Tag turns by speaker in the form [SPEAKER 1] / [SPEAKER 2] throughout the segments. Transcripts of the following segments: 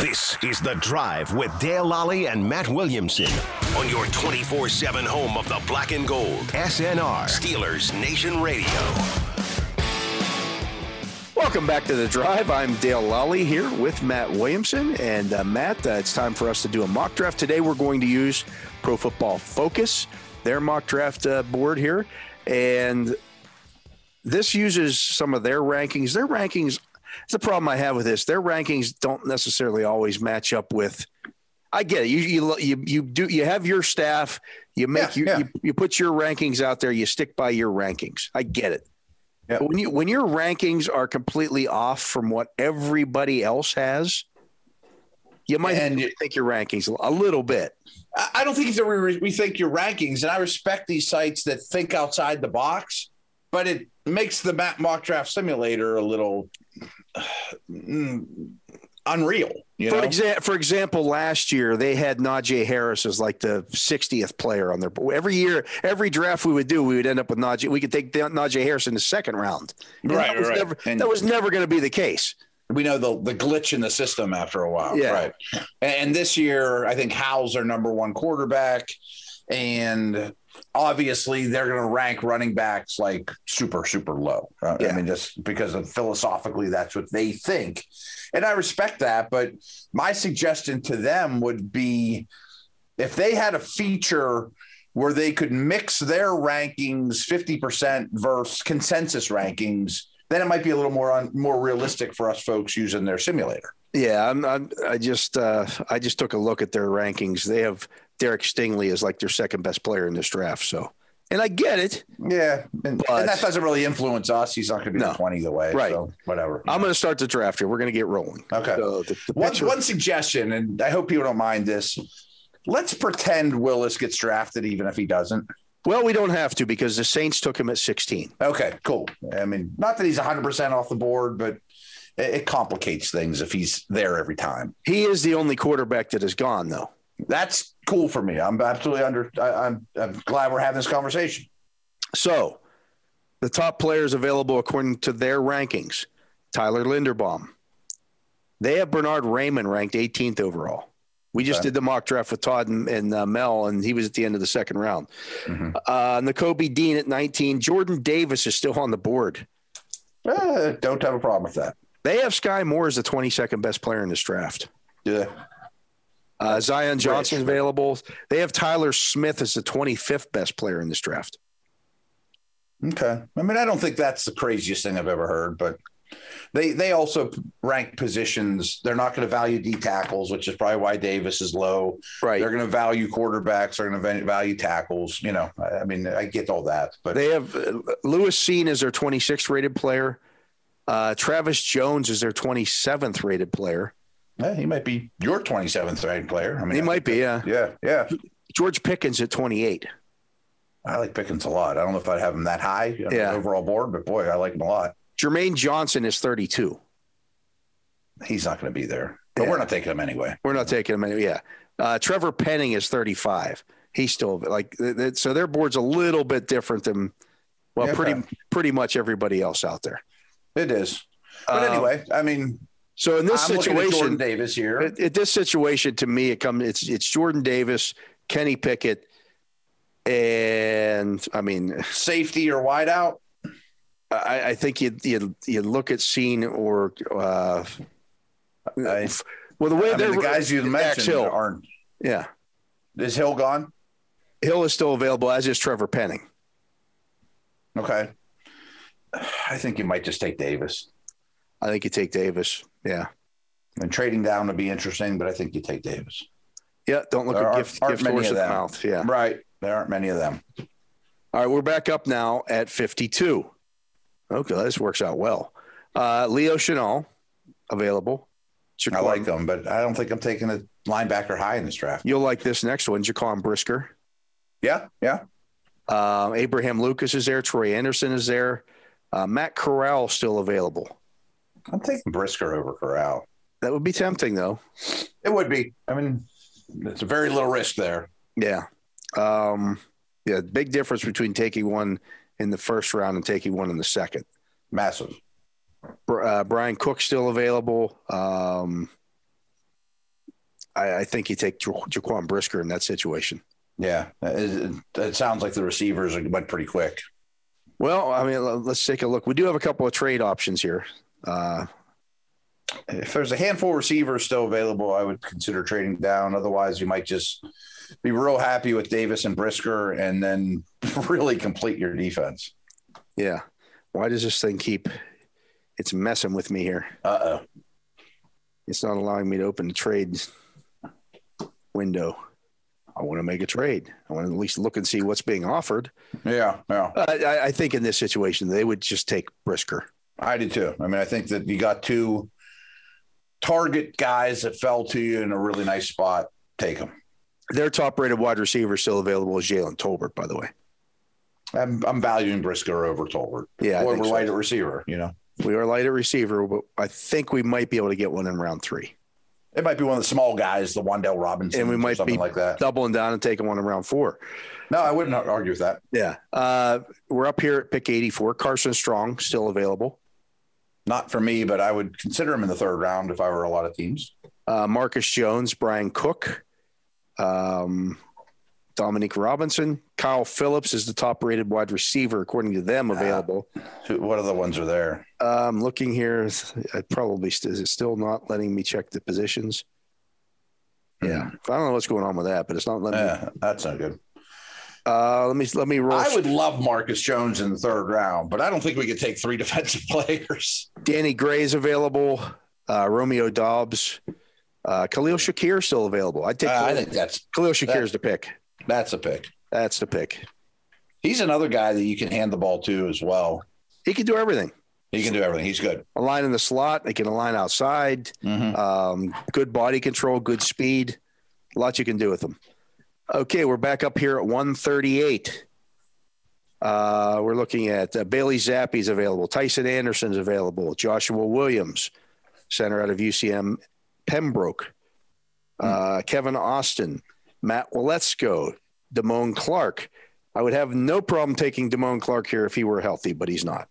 [SPEAKER 1] This is The Drive with Dale Lally and Matt Williamson on your 24 7 home of the black and gold. SNR, Steelers Nation Radio.
[SPEAKER 2] Welcome back to the drive. I'm Dale Lally here with Matt Williamson. And uh, Matt, uh, it's time for us to do a mock draft. Today, we're going to use Pro Football Focus, their mock draft uh, board here. And this uses some of their rankings. Their rankings, it's the problem I have with this. Their rankings don't necessarily always match up with. I get it. You you you, you do you have your staff. You make
[SPEAKER 3] Yeah,
[SPEAKER 2] you,
[SPEAKER 3] yeah.
[SPEAKER 2] you you put your rankings out there. You stick by your rankings. I get it.
[SPEAKER 3] Yeah.
[SPEAKER 2] But when you when your rankings are completely off from what everybody else has, you might
[SPEAKER 3] And you-
[SPEAKER 2] think your rankings a little bit.
[SPEAKER 3] I I don't think that we re- rethink your rankings, and I respect these sites that think outside the box, but it makes the Matt mock draft simulator a little mm, unreal. You
[SPEAKER 2] For,
[SPEAKER 3] know,
[SPEAKER 2] exa- for example, last year they had Najee Harris as like the 60th player on their board. Every year, every draft we would do, we would end up with Najee. We could take down Najee Harris in the second round. And
[SPEAKER 3] Right,
[SPEAKER 2] that was
[SPEAKER 3] right.
[SPEAKER 2] Never,
[SPEAKER 3] And-
[SPEAKER 2] that was never going to be the case.
[SPEAKER 3] we know the the glitch in the system after a while,
[SPEAKER 2] Yeah.
[SPEAKER 3] right? And this year, I think Howell's our number one quarterback, and obviously they're going to rank running backs like super super low. right?
[SPEAKER 2] Yeah.
[SPEAKER 3] I mean, just because of philosophically that's what they think, and I respect that. But my suggestion to them would be if they had a feature where they could mix their rankings 50% versus consensus rankings then it might be a little more on more realistic for us folks using their simulator
[SPEAKER 2] Yeah, I'm, I'm, I just uh, I just took a look at their rankings. They have Derek Stingley as like their second best player in this draft. So, and I get it.
[SPEAKER 3] yeah and,
[SPEAKER 2] But-
[SPEAKER 3] and that doesn't really influence us he's not going to be
[SPEAKER 2] No.
[SPEAKER 3] the 20 either way
[SPEAKER 2] Right.
[SPEAKER 3] so whatever
[SPEAKER 2] I'm uh, going to start the draft here. We're going to get rolling.
[SPEAKER 3] okay
[SPEAKER 2] So the, the
[SPEAKER 3] one,
[SPEAKER 2] picture-
[SPEAKER 3] one suggestion and i hope people don't mind this let's pretend willis gets drafted even if he doesn't
[SPEAKER 2] well, we don't have to because the Saints took him at 16.
[SPEAKER 3] okay cool i mean not that he's 100% off the board but it, it complicates things if he's there every time
[SPEAKER 2] He is the only quarterback that is gone, though.
[SPEAKER 3] that's cool for me i'm absolutely under I, I'm, I'm glad we're having this conversation
[SPEAKER 2] So, the top players available according to their rankings Tyler Linderbaum. They have Bernard Raymond ranked 18th overall. We just
[SPEAKER 3] Okay.
[SPEAKER 2] did the mock draft with Todd and, and uh, Mel, and he was at the end of the second round.
[SPEAKER 3] Mhm.
[SPEAKER 2] Uh, N'Kobe Dean at 19. Jordan Davis is still on the board.
[SPEAKER 3] Eh, don't have a problem with that
[SPEAKER 2] They have Sky Moore as the 22nd best player in this draft.
[SPEAKER 3] yeah
[SPEAKER 2] Uh, Zion Johnson
[SPEAKER 3] Rich.
[SPEAKER 2] available. They have Tyler Smith as the 25th best player in this draft.
[SPEAKER 3] Okay. I mean, I don't think that's the craziest thing I've ever heard, but they they also rank positions. They're not going to value D tackles, which is probably why Davis is low.
[SPEAKER 2] Right.
[SPEAKER 3] They're going to value quarterbacks. They're going to value tackles. You know, I, I mean, I get all that, but
[SPEAKER 2] They have uh, Lewis Seen as their 26th rated player. Uh, Travis Jones is their 27th rated player.
[SPEAKER 3] eh, he might be your 27th ranked player. I mean,
[SPEAKER 2] He
[SPEAKER 3] I
[SPEAKER 2] might be. Yeah.
[SPEAKER 3] think- Yeah, yeah.
[SPEAKER 2] George Pickens at 28.
[SPEAKER 3] I like Pickens a lot. I don't know if I'd have him that high on
[SPEAKER 2] Yeah.
[SPEAKER 3] the overall board, but boy, I like him a lot.
[SPEAKER 2] Jermaine Johnson is 32.
[SPEAKER 3] He's not going to be there, but
[SPEAKER 2] Yeah.
[SPEAKER 3] we're not taking him anyway.
[SPEAKER 2] We're not taking him. Any, yeah. Uh, Trevor Penning is 35. He's still like th- th- so. Their board's a little bit different than well,
[SPEAKER 3] Yeah,
[SPEAKER 2] pretty pretty much everybody else out there.
[SPEAKER 3] It is. But
[SPEAKER 2] Um,
[SPEAKER 3] anyway, I mean,
[SPEAKER 2] so in this
[SPEAKER 3] I'm looking at Jordan
[SPEAKER 2] situation,
[SPEAKER 3] Davis here.
[SPEAKER 2] at, at this situation, to me, it comes. It's it's Jordan Davis, Kenny Pickett, and I mean,
[SPEAKER 3] safety or wideout.
[SPEAKER 2] I, I think you you you look at scene or uh,
[SPEAKER 3] I-
[SPEAKER 2] well the way
[SPEAKER 3] I
[SPEAKER 2] they're
[SPEAKER 3] mean, the guys you
[SPEAKER 2] Dax
[SPEAKER 3] mentioned
[SPEAKER 2] Hill.
[SPEAKER 3] aren't.
[SPEAKER 2] yeah
[SPEAKER 3] Is Hill gone?
[SPEAKER 2] Hill is still available as is Trevor Penning.
[SPEAKER 3] Okay. I think you might just take Davis.
[SPEAKER 2] I think you take Davis. Yeah,
[SPEAKER 3] And trading down would be interesting, but I think you take Davis.
[SPEAKER 2] yeah. Don't look
[SPEAKER 3] There
[SPEAKER 2] at
[SPEAKER 3] aren't-
[SPEAKER 2] gift
[SPEAKER 3] aren't
[SPEAKER 2] gift
[SPEAKER 3] many
[SPEAKER 2] horse
[SPEAKER 3] of
[SPEAKER 2] in the
[SPEAKER 3] them.
[SPEAKER 2] mouth. Yeah.
[SPEAKER 3] Right. There aren't many of them.
[SPEAKER 2] All right, we're back up now at fifty two. Okay, this works out well. Uh, Leo Chanel available.
[SPEAKER 3] I
[SPEAKER 2] Jaquan-
[SPEAKER 3] like them, but I don't think I'm taking a linebacker high in this draft.
[SPEAKER 2] You'll like this next one, Jaquan Brisker.
[SPEAKER 3] Yeah. Yeah.
[SPEAKER 2] Um, Abraham Lucas is there. Troy Anderson is there. Uh, Matt Corral still available.
[SPEAKER 3] I'm taking Brisker over Corral.
[SPEAKER 2] That would be tempting though.
[SPEAKER 3] It would be. I mean, it's a very little risk there.
[SPEAKER 2] Yeah. Um, yeah. Big difference between taking one in the first round and taking one in the second.
[SPEAKER 3] Massive.
[SPEAKER 2] Br- Uh, Brian Cook still available. Um, I, I think you take Ja- Jaquan Brisker in that situation.
[SPEAKER 3] Yeah, it, it- it sounds like the receivers went pretty quick.
[SPEAKER 2] Well, I mean, l- let's take a look. We do have a couple of trade options here. Uh,
[SPEAKER 3] If there's a handful of receivers still available, I would consider trading down. Otherwise, you might just be real happy with Davis and Brisker, and then really complete your defense.
[SPEAKER 2] yeah. Why does this thing keep? It's messing with me here.
[SPEAKER 3] Uh oh.
[SPEAKER 2] It's not allowing me to open the trade window. I want to make a trade. I want to at least look and see what's being offered.
[SPEAKER 3] Yeah, yeah.
[SPEAKER 2] Uh, I, I- I think in this situation they would just take Brisker.
[SPEAKER 3] I do too. I mean, I think that you got two target guys that fell to you in a really nice spot. Take them.
[SPEAKER 2] Their top-rated wide receiver still available is Jalen Tolbert, by the way.
[SPEAKER 3] I'm, I'm valuing Brisker over Tolbert
[SPEAKER 2] Yeah, I
[SPEAKER 3] or
[SPEAKER 2] think
[SPEAKER 3] we're
[SPEAKER 2] so.
[SPEAKER 3] light at receiver. You know,
[SPEAKER 2] we are light at receiver, but I think we might be able to get one in round three.
[SPEAKER 3] it might be one of the small guys, the Wandell Robinson,
[SPEAKER 2] And we might
[SPEAKER 3] something
[SPEAKER 2] be-
[SPEAKER 3] like that.
[SPEAKER 2] Doubling down and taking one in round four.
[SPEAKER 3] No, I wouldn't argue with that.
[SPEAKER 2] Yeah, uh, we're up here at pick eighty-four. Carson Strong still available.
[SPEAKER 3] Not for me, but I would consider him in the third round if I were a lot of teams.
[SPEAKER 2] uh, Marcus Jones, Brian Cook, um, Dominique Robinson, Kyle Phillips is the top rated wide receiver, according to
[SPEAKER 3] Ah.
[SPEAKER 2] them, available.
[SPEAKER 3] Who- What other ones are there?
[SPEAKER 2] Um, looking here, I probably st- is it still not letting me check the positions? Yeah, I don't know what's going on with that, but it's not letting. me,
[SPEAKER 3] Yeah, that's not good.
[SPEAKER 2] uh, let me let me roll.
[SPEAKER 3] Ah. I would love Marcus Jones in the third round, but I don't think we could take three defensive players.
[SPEAKER 2] Danny Gray's available. Uh, Romeo Dobbs, uh, Khalil Shakir still available. I'd take
[SPEAKER 3] Uh, I
[SPEAKER 2] Khalil,
[SPEAKER 3] think that's
[SPEAKER 2] Khalil Shakir's the pick.
[SPEAKER 3] that's a pick.
[SPEAKER 2] That's the pick.
[SPEAKER 3] He's another guy that you can hand the ball to as well.
[SPEAKER 2] He can do everything.
[SPEAKER 3] He can do everything. He's good.
[SPEAKER 2] Align in the slot. They can align outside. Um, good body control, good speed. Lots you can do with them. Okay, we're back up here at 138. Uh, we're looking at uh, Bailey Zappi's available. Tyson Anderson's available. Joshua Williams, center out of UCM Pembroke. Uh, Kevin Austin, Matt Willetsko, Damone Clark. I would have no problem taking Damone Clark here if he were healthy, but he's not.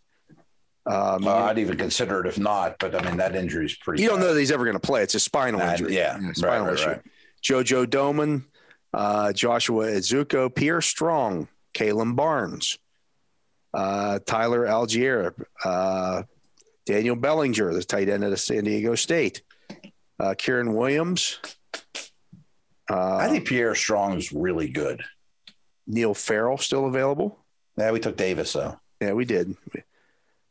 [SPEAKER 2] Um,
[SPEAKER 3] Well, Uh, I'd even consider it if not, but I mean that injury is pretty.
[SPEAKER 2] you don't
[SPEAKER 3] bad.
[SPEAKER 2] know that he's ever going to play. It's a spinal
[SPEAKER 3] Uh,
[SPEAKER 2] injury.
[SPEAKER 3] yeah, right,
[SPEAKER 2] spinal
[SPEAKER 3] right,
[SPEAKER 2] issue.
[SPEAKER 3] right.
[SPEAKER 2] Jojo Doman, uh, Joshua Izuko, Pierre Strong, Kalen Barnes, uh, Tyler Algier, uh, Daniel Bellinger, the tight end of San Diego State, uh, Kieran Williams, uh,
[SPEAKER 3] I think Pierre Strong is really good.
[SPEAKER 2] Neil Farrell still available.
[SPEAKER 3] Yeah, we took Davis though.
[SPEAKER 2] Yeah, we did.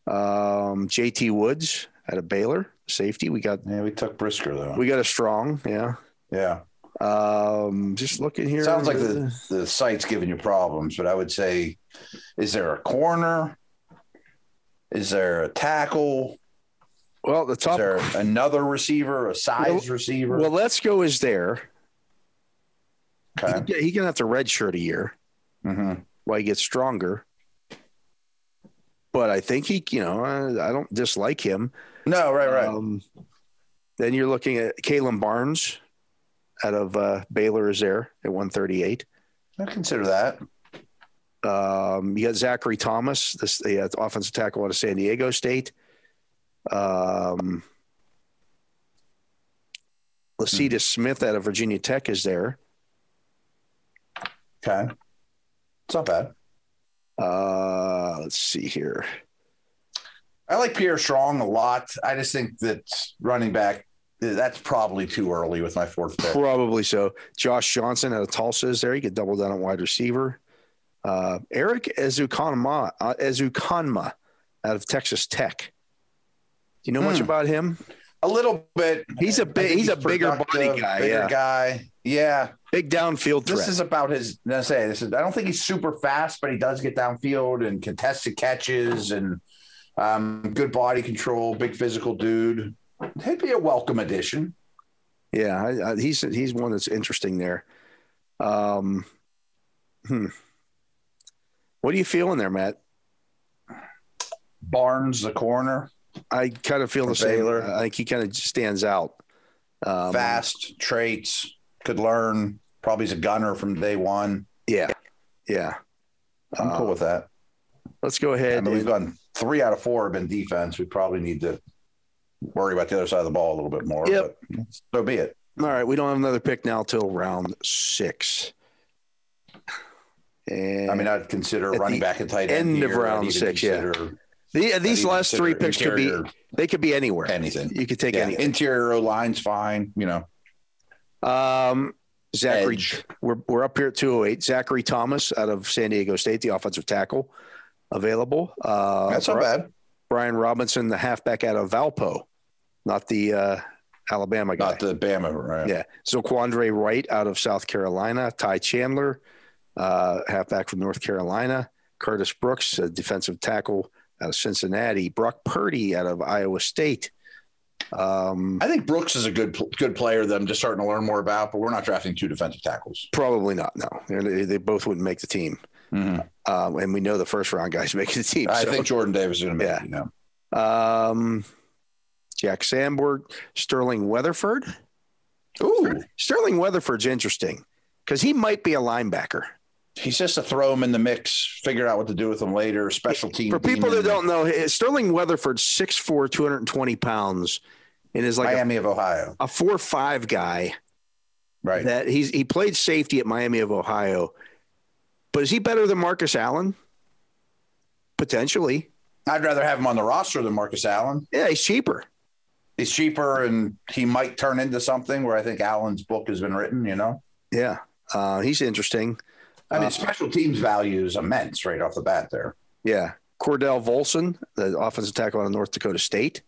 [SPEAKER 2] Um, JT Woods out of Baylor, safety. We got
[SPEAKER 3] Yeah, we took Brisker though.
[SPEAKER 2] we got a strong. Yeah.
[SPEAKER 3] yeah,
[SPEAKER 2] Um, just looking here.
[SPEAKER 3] sounds like the the site's giving you problems, but I would say, is there a corner? Is there a tackle?
[SPEAKER 2] well the
[SPEAKER 3] Is
[SPEAKER 2] top.
[SPEAKER 3] there another receiver? A size receiver?
[SPEAKER 2] Well, let's go is there.
[SPEAKER 3] okay.
[SPEAKER 2] Yeah, he gonna have to redshirt a year
[SPEAKER 3] hmm
[SPEAKER 2] while he gets stronger. But I think he, you know, I, I don't dislike him.
[SPEAKER 3] No, right, right.
[SPEAKER 2] Um, then you're looking at Kalen Barnes out of uh, Baylor is there at 138.
[SPEAKER 3] I consider that.
[SPEAKER 2] Um, you got Zachary Thomas, this the uh, offensive tackle out of San Diego State. Um,
[SPEAKER 3] Hmm.
[SPEAKER 2] Lasita Smith out of Virginia Tech is there.
[SPEAKER 3] Okay, it's not bad.
[SPEAKER 2] Uh, let's see here.
[SPEAKER 3] I like Pierre Strong a lot. I just think that running back, that's probably too early with my fourth pick.
[SPEAKER 2] Probably so. Josh Johnson out of Tulsa is there. He could double down on wide receiver. Uh, Eric Ezukanma, uh, Ezukanma out of Texas Tech. Do you know much
[SPEAKER 3] Hmm.
[SPEAKER 2] about him?
[SPEAKER 3] A little bit.
[SPEAKER 2] He's a
[SPEAKER 3] I
[SPEAKER 2] big,
[SPEAKER 3] think
[SPEAKER 2] he's, a bigger body
[SPEAKER 3] productive,
[SPEAKER 2] guy.
[SPEAKER 3] Bigger
[SPEAKER 2] yeah.
[SPEAKER 3] guy. Yeah.
[SPEAKER 2] Big downfield threat.
[SPEAKER 3] This is about his. I say this is. I don't think he's super fast, but he does get downfield and contested catches and um, good body control. Big physical dude. He'd be a welcome addition.
[SPEAKER 2] yeah. I, I, he's, he's one that's interesting there. Um, hmm. What are you feeling there, Matt?
[SPEAKER 3] Barnes, the corner,
[SPEAKER 2] I kind of feel
[SPEAKER 3] For
[SPEAKER 2] the same.
[SPEAKER 3] Baylor.
[SPEAKER 2] I think he kind of stands out. Um,
[SPEAKER 3] fast traits, could learn. Probably is a gunner from day one.
[SPEAKER 2] Yeah. Yeah.
[SPEAKER 3] I'm cool
[SPEAKER 2] Uh,
[SPEAKER 3] with that.
[SPEAKER 2] Let's go ahead.
[SPEAKER 3] I mean, we've
[SPEAKER 2] and-
[SPEAKER 3] gone three out of four have been defense. We probably need to worry about the other side of the ball a little bit more.
[SPEAKER 2] Yep.
[SPEAKER 3] But so be it.
[SPEAKER 2] All right, we don't have another pick now till round six. And
[SPEAKER 3] I mean, I'd consider
[SPEAKER 2] At
[SPEAKER 3] running
[SPEAKER 2] the
[SPEAKER 3] back and tight
[SPEAKER 2] end of
[SPEAKER 3] here. I'd
[SPEAKER 2] round
[SPEAKER 3] even
[SPEAKER 2] six, yeah.
[SPEAKER 3] consider-
[SPEAKER 2] the, these
[SPEAKER 3] I'd even
[SPEAKER 2] last three
[SPEAKER 3] consider
[SPEAKER 2] picks could be
[SPEAKER 3] interior
[SPEAKER 2] they could be anywhere.
[SPEAKER 3] anything.
[SPEAKER 2] You could take
[SPEAKER 3] Yeah,
[SPEAKER 2] anything.
[SPEAKER 3] interior O line's fine. You know,
[SPEAKER 2] Um, Zachary,
[SPEAKER 3] Edge.
[SPEAKER 2] we're, we're up here at 208. Zachary Thomas out of San Diego State, the offensive tackle, available. Uh,
[SPEAKER 3] that's not
[SPEAKER 2] Bri-
[SPEAKER 3] bad.
[SPEAKER 2] Brian Robinson, the halfback out of Valpo, not the uh, Alabama guy.
[SPEAKER 3] Not the Bama, right?
[SPEAKER 2] yeah. So Quandre Wright out of South Carolina, Ty Chandler, uh, halfback from North Carolina, Curtis Brooks, a defensive tackle out of Cincinnati, Brock Purdy out of Iowa State. Um,
[SPEAKER 3] I think Brooks is a good good player that I'm just starting to learn more about, but we're not drafting two defensive tackles.
[SPEAKER 2] probably not. No, they, they both wouldn't make the team. Um, and we know the first round guys make the team.
[SPEAKER 3] I
[SPEAKER 2] so.
[SPEAKER 3] think Jordan Davis is going to make
[SPEAKER 2] Yeah.
[SPEAKER 3] it. You know,
[SPEAKER 2] um, Jack Sandberg, Sterling Weatherford.
[SPEAKER 3] ooh,
[SPEAKER 2] Sterling Weatherford's interesting because he might be a linebacker.
[SPEAKER 3] he's just to throw him in the mix, figure out what to do with him later. Special team
[SPEAKER 2] For people
[SPEAKER 3] demon.
[SPEAKER 2] that don't know, Sterling Weatherford's 6'4, 220 pounds, and is like a,
[SPEAKER 3] Miami of Ohio,
[SPEAKER 2] a 4 5 guy.
[SPEAKER 3] right?
[SPEAKER 2] That he's He played safety at Miami of Ohio. But is he better than Marcus Allen? Potentially.
[SPEAKER 3] I'd rather have him on the roster than Marcus Allen.
[SPEAKER 2] Yeah, he's cheaper.
[SPEAKER 3] He's cheaper, and he might turn into something where I think Allen's book has been written. You know,
[SPEAKER 2] Yeah. Uh, he's interesting.
[SPEAKER 3] I mean,
[SPEAKER 2] Uh,
[SPEAKER 3] special teams value is immense right off the bat. There,
[SPEAKER 2] Yeah. Cordell Volson, the offensive tackle out of North Dakota State.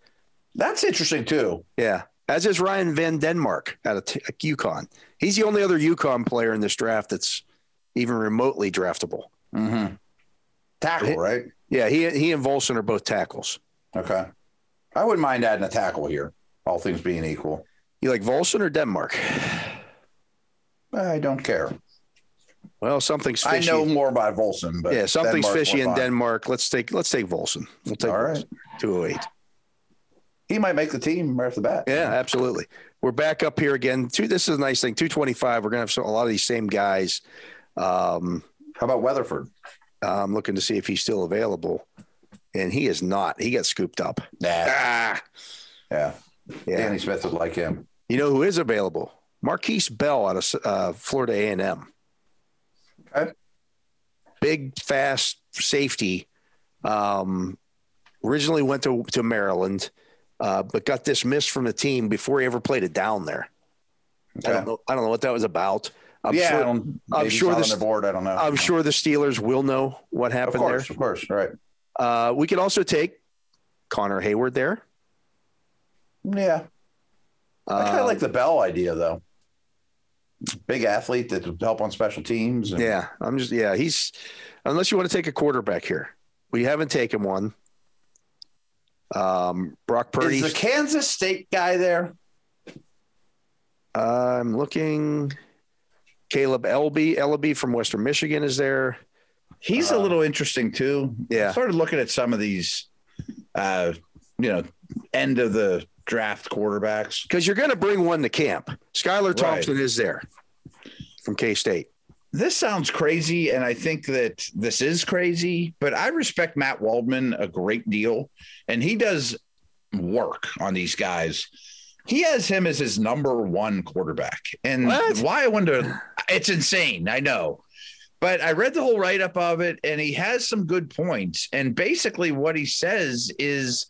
[SPEAKER 3] that's interesting too.
[SPEAKER 2] Yeah. As is Ryan Van Denmark out of T- UConn. He's the only other UConn player in this draft that's even remotely draftable.
[SPEAKER 3] Mm-hmm. Tackle, right?
[SPEAKER 2] Yeah, he he and Volson are both tackles.
[SPEAKER 3] Okay, I wouldn't mind adding a tackle here. All things being equal,
[SPEAKER 2] You like Volson or Denmark?
[SPEAKER 3] I don't care.
[SPEAKER 2] Well, something's fishy.
[SPEAKER 3] I know more about Volson, but
[SPEAKER 2] yeah, something's
[SPEAKER 3] Denmark
[SPEAKER 2] fishy
[SPEAKER 3] went
[SPEAKER 2] in
[SPEAKER 3] by.
[SPEAKER 2] Denmark. Let's take let's take Volson. We'll take
[SPEAKER 3] All right.
[SPEAKER 2] two oh eight.
[SPEAKER 3] He might make the team right off the bat.
[SPEAKER 2] Yeah, absolutely. We're back up here again. Two, this is a nice thing. Two twenty five. We're gonna have some, a lot of these same guys. Um,
[SPEAKER 3] How about Weatherford?
[SPEAKER 2] I'm looking to see if he's still available, and he is not. He got scooped up.
[SPEAKER 3] Nah.
[SPEAKER 2] Ah,
[SPEAKER 3] Yeah.
[SPEAKER 2] yeah.
[SPEAKER 3] Danny Smith would like him.
[SPEAKER 2] You know who is available? Marquise Bell out of uh, Florida A and M.
[SPEAKER 3] Okay.
[SPEAKER 2] Big, fast safety. Um, originally went to to Maryland, uh, but got dismissed from the team before he ever played it down there. I
[SPEAKER 3] Okay.
[SPEAKER 2] don't know. I don't know what that was about. I'm
[SPEAKER 3] yeah, I
[SPEAKER 2] sure.
[SPEAKER 3] don't, maybe he's
[SPEAKER 2] sure
[SPEAKER 3] not
[SPEAKER 2] this-
[SPEAKER 3] on the board. I don't know.
[SPEAKER 2] I'm sure the Steelers will know what
[SPEAKER 3] Of
[SPEAKER 2] happened there.
[SPEAKER 3] course, of course. Right.
[SPEAKER 2] Uh, we could also take Connor Hayward there.
[SPEAKER 3] Yeah. I kind
[SPEAKER 2] Um,
[SPEAKER 3] of like the Bell idea, though. Big athlete that would help on special teams. and-
[SPEAKER 2] Yeah, I'm just yeah. He's unless you want to take a quarterback here, we haven't taken one. Um, Brock Purdy.
[SPEAKER 3] Is the Kansas State guy there?
[SPEAKER 2] I'm looking. Caleb Elby, Elby from Western Michigan is there.
[SPEAKER 3] He's
[SPEAKER 2] Uh,
[SPEAKER 3] a little interesting too.
[SPEAKER 2] yeah.
[SPEAKER 3] started looking at some of these, uh, you know, end of the draft quarterbacks.
[SPEAKER 2] Because you're going to bring one to camp. Skylar Thompson is there from K State.
[SPEAKER 3] This sounds crazy, and I think that this is crazy, but I respect Matt Waldman a great deal, and he does work on these guys. He has him as his number one quarterback. And
[SPEAKER 2] What?
[SPEAKER 3] why I wonder, it's insane. I know. But I read the whole write up of it, and he has some good points. And basically, what he says is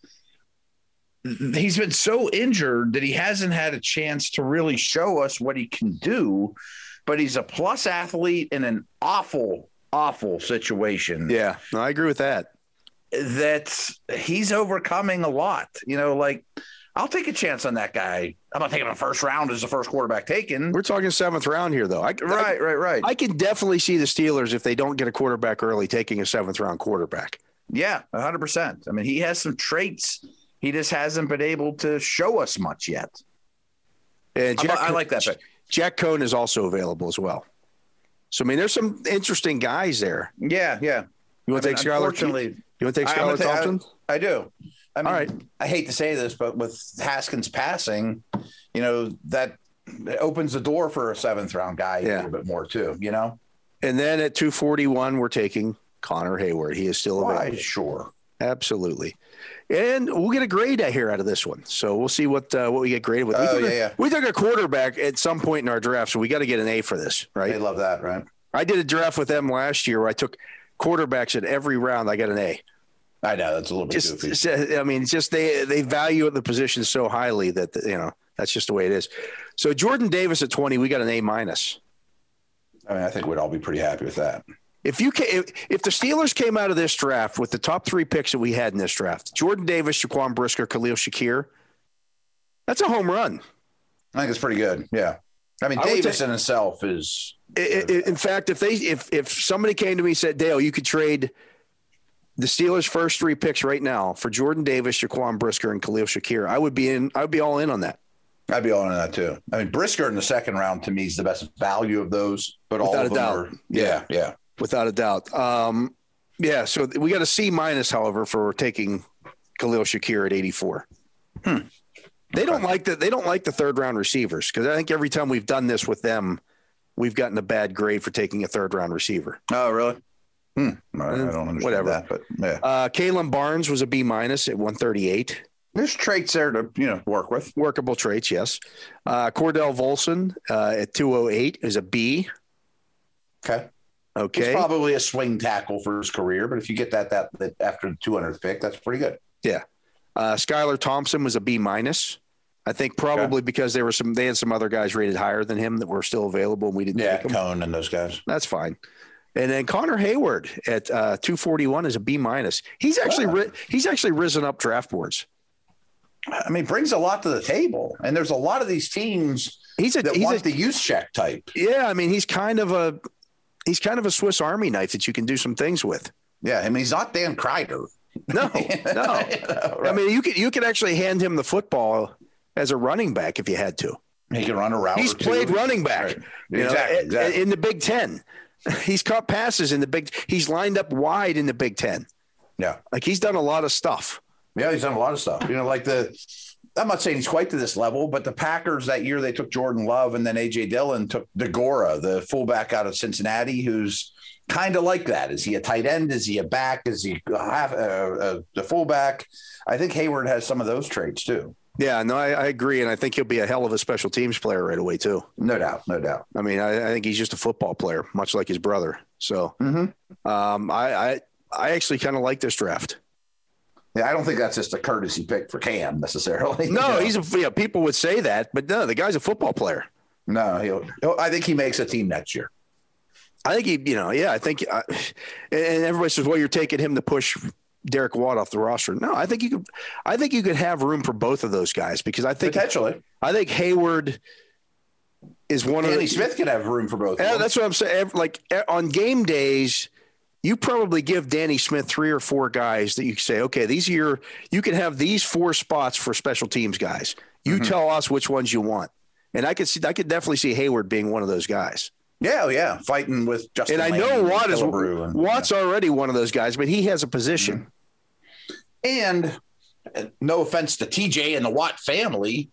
[SPEAKER 3] he's been so injured that he hasn't had a chance to really show us what he can do. But he's a plus athlete in an awful, awful situation
[SPEAKER 2] Yeah, no, I agree with that.
[SPEAKER 3] that he's overcoming a lot. You know, like I'll take a chance on that guy. I'm not taking him in the first round as the first quarterback taken.
[SPEAKER 2] We're talking seventh round here, though. I, right.
[SPEAKER 3] Right, right, right.
[SPEAKER 2] I, I can definitely see the Steelers if they don't get a quarterback early, taking a seventh round quarterback.
[SPEAKER 3] yeah, 100%. I mean, he has some traits. He just hasn't been able to show us much yet.
[SPEAKER 2] And
[SPEAKER 3] I'm-
[SPEAKER 2] Jack,
[SPEAKER 3] I like that pick.
[SPEAKER 2] Jack Cohn is also available as well. So I mean, there's some interesting guys there.
[SPEAKER 3] Yeah, yeah.
[SPEAKER 2] You want to take Skylar?
[SPEAKER 3] Unfortunately,
[SPEAKER 2] You want to take
[SPEAKER 3] I- I'm
[SPEAKER 2] Skylar
[SPEAKER 3] gonna ta- I-
[SPEAKER 2] Thompson?
[SPEAKER 3] I do. I mean,
[SPEAKER 2] All right.
[SPEAKER 3] I hate to say this, but with Haskins passing, you know, that it opens the door for a seventh round guy
[SPEAKER 2] Yeah.
[SPEAKER 3] a little bit more, too. You know,
[SPEAKER 2] And then at 241, we're taking Connor Hayward. He is still
[SPEAKER 3] why?
[SPEAKER 2] available.
[SPEAKER 3] Sure.
[SPEAKER 2] Absolutely. And we'll get a grade I hear out of this one. So we'll see what uh, what we get graded with. We,
[SPEAKER 3] Oh,
[SPEAKER 2] took a,
[SPEAKER 3] yeah, yeah.
[SPEAKER 2] we took a quarterback at some point in our draft, so we got to get an A for this,
[SPEAKER 3] They
[SPEAKER 2] right?
[SPEAKER 3] love that, right?
[SPEAKER 2] I did a draft with them last year where I took quarterbacks at every round. I got an A.
[SPEAKER 3] I know that's a little bit
[SPEAKER 2] Just,
[SPEAKER 3] goofy.
[SPEAKER 2] just- I mean, it's just they they value the position so highly that you know that's just the way it is. So Jordan Davis at twenty, we got an A minus.
[SPEAKER 3] I mean, I think we'd all be pretty happy with that.
[SPEAKER 2] If you ca- if, if the Steelers came out of this draft with the top three picks that we had in this draft, Jordan Davis, Jaquan Brisker, Khalil Shakir, that's a home run.
[SPEAKER 3] I think it's pretty good. Yeah. I mean,
[SPEAKER 2] I would
[SPEAKER 3] Davis in itself is
[SPEAKER 2] I- I- in fact, if they if if somebody came to me and said, Dale, you could trade the Steelers' first three picks right now for Jordan Davis, Jaquan Brisker, and Khalil Shakir, I would be in. I would be all in on that.
[SPEAKER 3] I'd be all in on that too. I mean, Brisker in the second round to me is the best value of those, but all
[SPEAKER 2] Without
[SPEAKER 3] of
[SPEAKER 2] a
[SPEAKER 3] them
[SPEAKER 2] doubt.
[SPEAKER 3] are. Yeah, yeah.
[SPEAKER 2] without a doubt. Um, yeah, so we got a C minus, however, for taking Khalil Shakir at eighty four. They don't like the they don't like the third round receivers because I think every time we've done this with them, we've gotten a bad grade for taking a third round receiver.
[SPEAKER 3] Oh, really? Hmm. I, I don't understand
[SPEAKER 2] Mm, Whatever.
[SPEAKER 3] that, but yeah,
[SPEAKER 2] Uh, Kalen Barnes was a B minus at one thirty eight.
[SPEAKER 3] there's traits there to you know work with.
[SPEAKER 2] Workable traits, yes. Uh, Cordell Volson uh, at two oh eight is a B.
[SPEAKER 3] Okay. He's
[SPEAKER 2] Okay,
[SPEAKER 3] probably a swing tackle for his career, but if you get that that, that after the 200th pick, that's pretty good.
[SPEAKER 2] Uh, Skylar Thompson was a B minus. I think probably because there were some, they had some other guys rated higher than him that were still available, and we didn't.
[SPEAKER 3] Yeah,
[SPEAKER 2] take 'em.
[SPEAKER 3] Cone and those guys.
[SPEAKER 2] that's fine. And then Connor Hayward at uh, two forty one is a B minus. He's actually ri- he's actually risen up draft boards.
[SPEAKER 3] I mean, brings a lot to the table, and there's a lot of these teams
[SPEAKER 2] He's a
[SPEAKER 3] that
[SPEAKER 2] he's
[SPEAKER 3] want
[SPEAKER 2] a,
[SPEAKER 3] the use check type.
[SPEAKER 2] yeah. I mean, he's kind of a he's kind of a Swiss Army knife that you can do some things with.
[SPEAKER 3] Yeah, I mean, he's not Dan Kreider.
[SPEAKER 2] No, no.
[SPEAKER 3] You know,
[SPEAKER 2] I mean, you could you could actually hand him the football as a running back if you had to.
[SPEAKER 3] He can run a route.
[SPEAKER 2] He's
[SPEAKER 3] or two.
[SPEAKER 2] played running back.
[SPEAKER 3] Right.
[SPEAKER 2] You know,
[SPEAKER 3] Exactly.
[SPEAKER 2] i-
[SPEAKER 3] exactly.
[SPEAKER 2] In the Big Ten, he's caught passes in the Big. He's lined up wide in the Big Ten.
[SPEAKER 3] yeah.
[SPEAKER 2] Like he's done a lot of stuff.
[SPEAKER 3] Yeah. He's done a lot of stuff. You know, like the, I'm not saying he's quite to this level, but the Packers that year, they took Jordan Love and then AJ Dillon took DeGora, the fullback out of Cincinnati, who's kind of like that. Is he a tight end? Is he a back? Is he a half, uh, uh, the fullback? I think Hayward has some of those traits too.
[SPEAKER 2] Yeah, no, I, I agree, and I think he'll be a hell of a special teams player right away too.
[SPEAKER 3] No doubt. No doubt.
[SPEAKER 2] I mean, I, I think he's just a football player, much like his brother. So,
[SPEAKER 3] Mhm.
[SPEAKER 2] um, I, I, I actually kind of like this draft.
[SPEAKER 3] Yeah. I don't think that's just a courtesy pick for Cam necessarily.
[SPEAKER 2] No,
[SPEAKER 3] he's.
[SPEAKER 2] he's a yeah. People would say that, but no, the guy's a football player.
[SPEAKER 3] No, he'll, he'll- I think he makes a team next year.
[SPEAKER 2] I think he, you know, yeah, I think, I, and everybody says, well, you're taking him to push Derek Watt off the roster. No, I think you could, I think you could have room for both of those guys because I think,
[SPEAKER 3] Potentially.
[SPEAKER 2] I think Hayward is one of the,
[SPEAKER 3] Andy Smith could have room for both.
[SPEAKER 2] Yeah,
[SPEAKER 3] of them.
[SPEAKER 2] that's what I'm saying. Ev- Like eh, on game days, you probably give Danny Smith three or four guys that you could say, okay, these are your, you can have these four spots for special teams guys. You tell us which ones you want. And I could see, I could definitely see Hayward being one of those guys.
[SPEAKER 3] Yeah, oh, yeah. Fighting with Justin.
[SPEAKER 2] and I
[SPEAKER 3] Lane
[SPEAKER 2] know Watt is
[SPEAKER 3] Killebrew and-
[SPEAKER 2] Watt's already one of those guys, but he has a position.
[SPEAKER 3] And uh, no offense to TJ and the Watt family,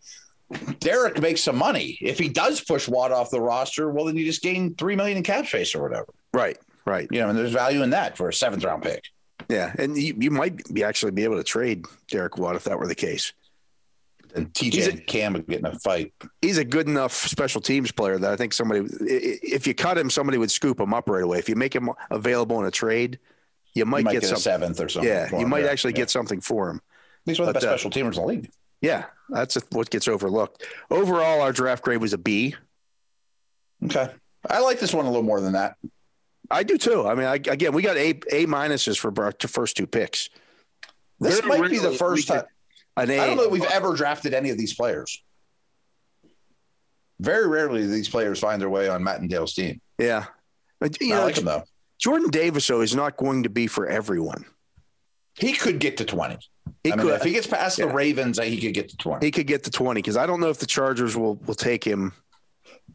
[SPEAKER 3] Derek makes some money. If he does push Watt off the roster, well, then you just gain three million in cap space or whatever.
[SPEAKER 2] Right, right.
[SPEAKER 3] You know, and there's value in that for a seventh round pick.
[SPEAKER 2] Yeah, and you, you might be actually be able to trade Derek Watt if that were the case.
[SPEAKER 3] And
[SPEAKER 2] He's
[SPEAKER 3] TJ
[SPEAKER 2] a-
[SPEAKER 3] and Cam would get in a fight.
[SPEAKER 2] He's a good enough special teams player that I think somebody, i- i- if you cut him, somebody would scoop him up right away. If you make him available in a trade, you might,
[SPEAKER 3] You might
[SPEAKER 2] get,
[SPEAKER 3] get, a
[SPEAKER 2] something.
[SPEAKER 3] seventh or something.
[SPEAKER 2] Yeah,
[SPEAKER 3] for
[SPEAKER 2] you
[SPEAKER 3] him.
[SPEAKER 2] might
[SPEAKER 3] Yeah,
[SPEAKER 2] actually
[SPEAKER 3] yeah.
[SPEAKER 2] get something for him.
[SPEAKER 3] He's one of the
[SPEAKER 2] but,
[SPEAKER 3] best
[SPEAKER 2] uh,
[SPEAKER 3] special teamers in the league.
[SPEAKER 2] Yeah, that's what gets overlooked. Overall, our draft grade was a B.
[SPEAKER 3] Okay, I like this one a little more than that.
[SPEAKER 2] I do too. I mean, I, again, we got A A minuses for our t- first two picks.
[SPEAKER 3] This
[SPEAKER 2] Very
[SPEAKER 3] might be the
[SPEAKER 2] rarely
[SPEAKER 3] first
[SPEAKER 2] we
[SPEAKER 3] time.
[SPEAKER 2] An A.
[SPEAKER 3] I don't know that we've ever drafted any of these players. Very rarely do these players find their way on Matt and Dale's team.
[SPEAKER 2] Yeah. But, you
[SPEAKER 3] I
[SPEAKER 2] know,
[SPEAKER 3] like him though.
[SPEAKER 2] Jordan Davis, though, is not going to be for everyone.
[SPEAKER 3] He could get to twenty.
[SPEAKER 2] He
[SPEAKER 3] I mean,
[SPEAKER 2] could
[SPEAKER 3] if he gets past
[SPEAKER 2] Yeah.
[SPEAKER 3] the Ravens, I- he could get to twenty.
[SPEAKER 2] he could get to twenty because I don't know if the Chargers will will take him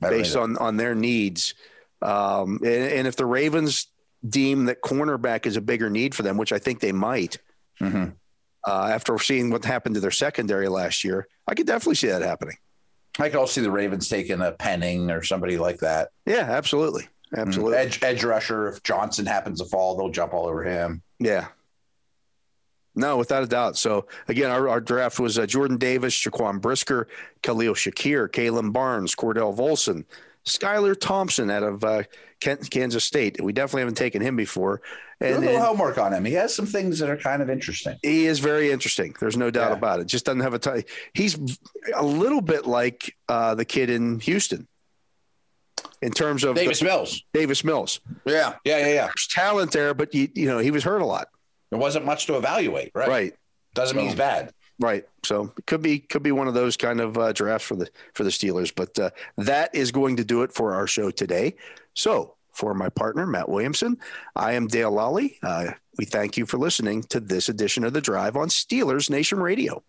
[SPEAKER 3] I don't
[SPEAKER 2] based
[SPEAKER 3] know.
[SPEAKER 2] on on their needs, um, and, and if the Ravens deem that cornerback is a bigger need for them, which I think they might
[SPEAKER 3] Mhm.
[SPEAKER 2] uh, after seeing what happened to their secondary last year, I could definitely see that happening.
[SPEAKER 3] I could also see the Ravens taking a Penning or somebody like that. Mm-hmm.
[SPEAKER 2] Yeah, absolutely, absolutely.
[SPEAKER 3] Edge edge rusher. If Johnson happens to fall, they'll jump all over him.
[SPEAKER 2] Yeah. No, without a doubt. So again, our, our draft was uh, Jordan Davis, Shaquan Brisker, Khalil Shakir, Kalen Barnes, Cordell Volson, Skylar Thompson out of uh, Ken- Kansas State. We definitely haven't taken him before.
[SPEAKER 3] Do a
[SPEAKER 2] And,
[SPEAKER 3] little
[SPEAKER 2] and
[SPEAKER 3] homework on him. He has some things that are kind of interesting.
[SPEAKER 2] he is very interesting. There's no doubt
[SPEAKER 3] Yeah.
[SPEAKER 2] about it. Just doesn't have a time. He's a little bit like uh, the kid in Houston in terms of the-
[SPEAKER 3] Davis Mills.
[SPEAKER 2] Davis Mills.
[SPEAKER 3] Yeah, yeah, yeah, yeah.
[SPEAKER 2] There's talent there, but you, you know he was hurt a lot.
[SPEAKER 3] There wasn't much to evaluate, right?
[SPEAKER 2] right.
[SPEAKER 3] Doesn't mean he's bad.
[SPEAKER 2] Right. So it could be could be one of those kind of uh, drafts for the for the Steelers. But uh, that is going to do it for our show today. So for my partner Matt Williamson, I am Dale Lally. Uh, we thank you for listening to this edition of the Drive on Steelers Nation Radio.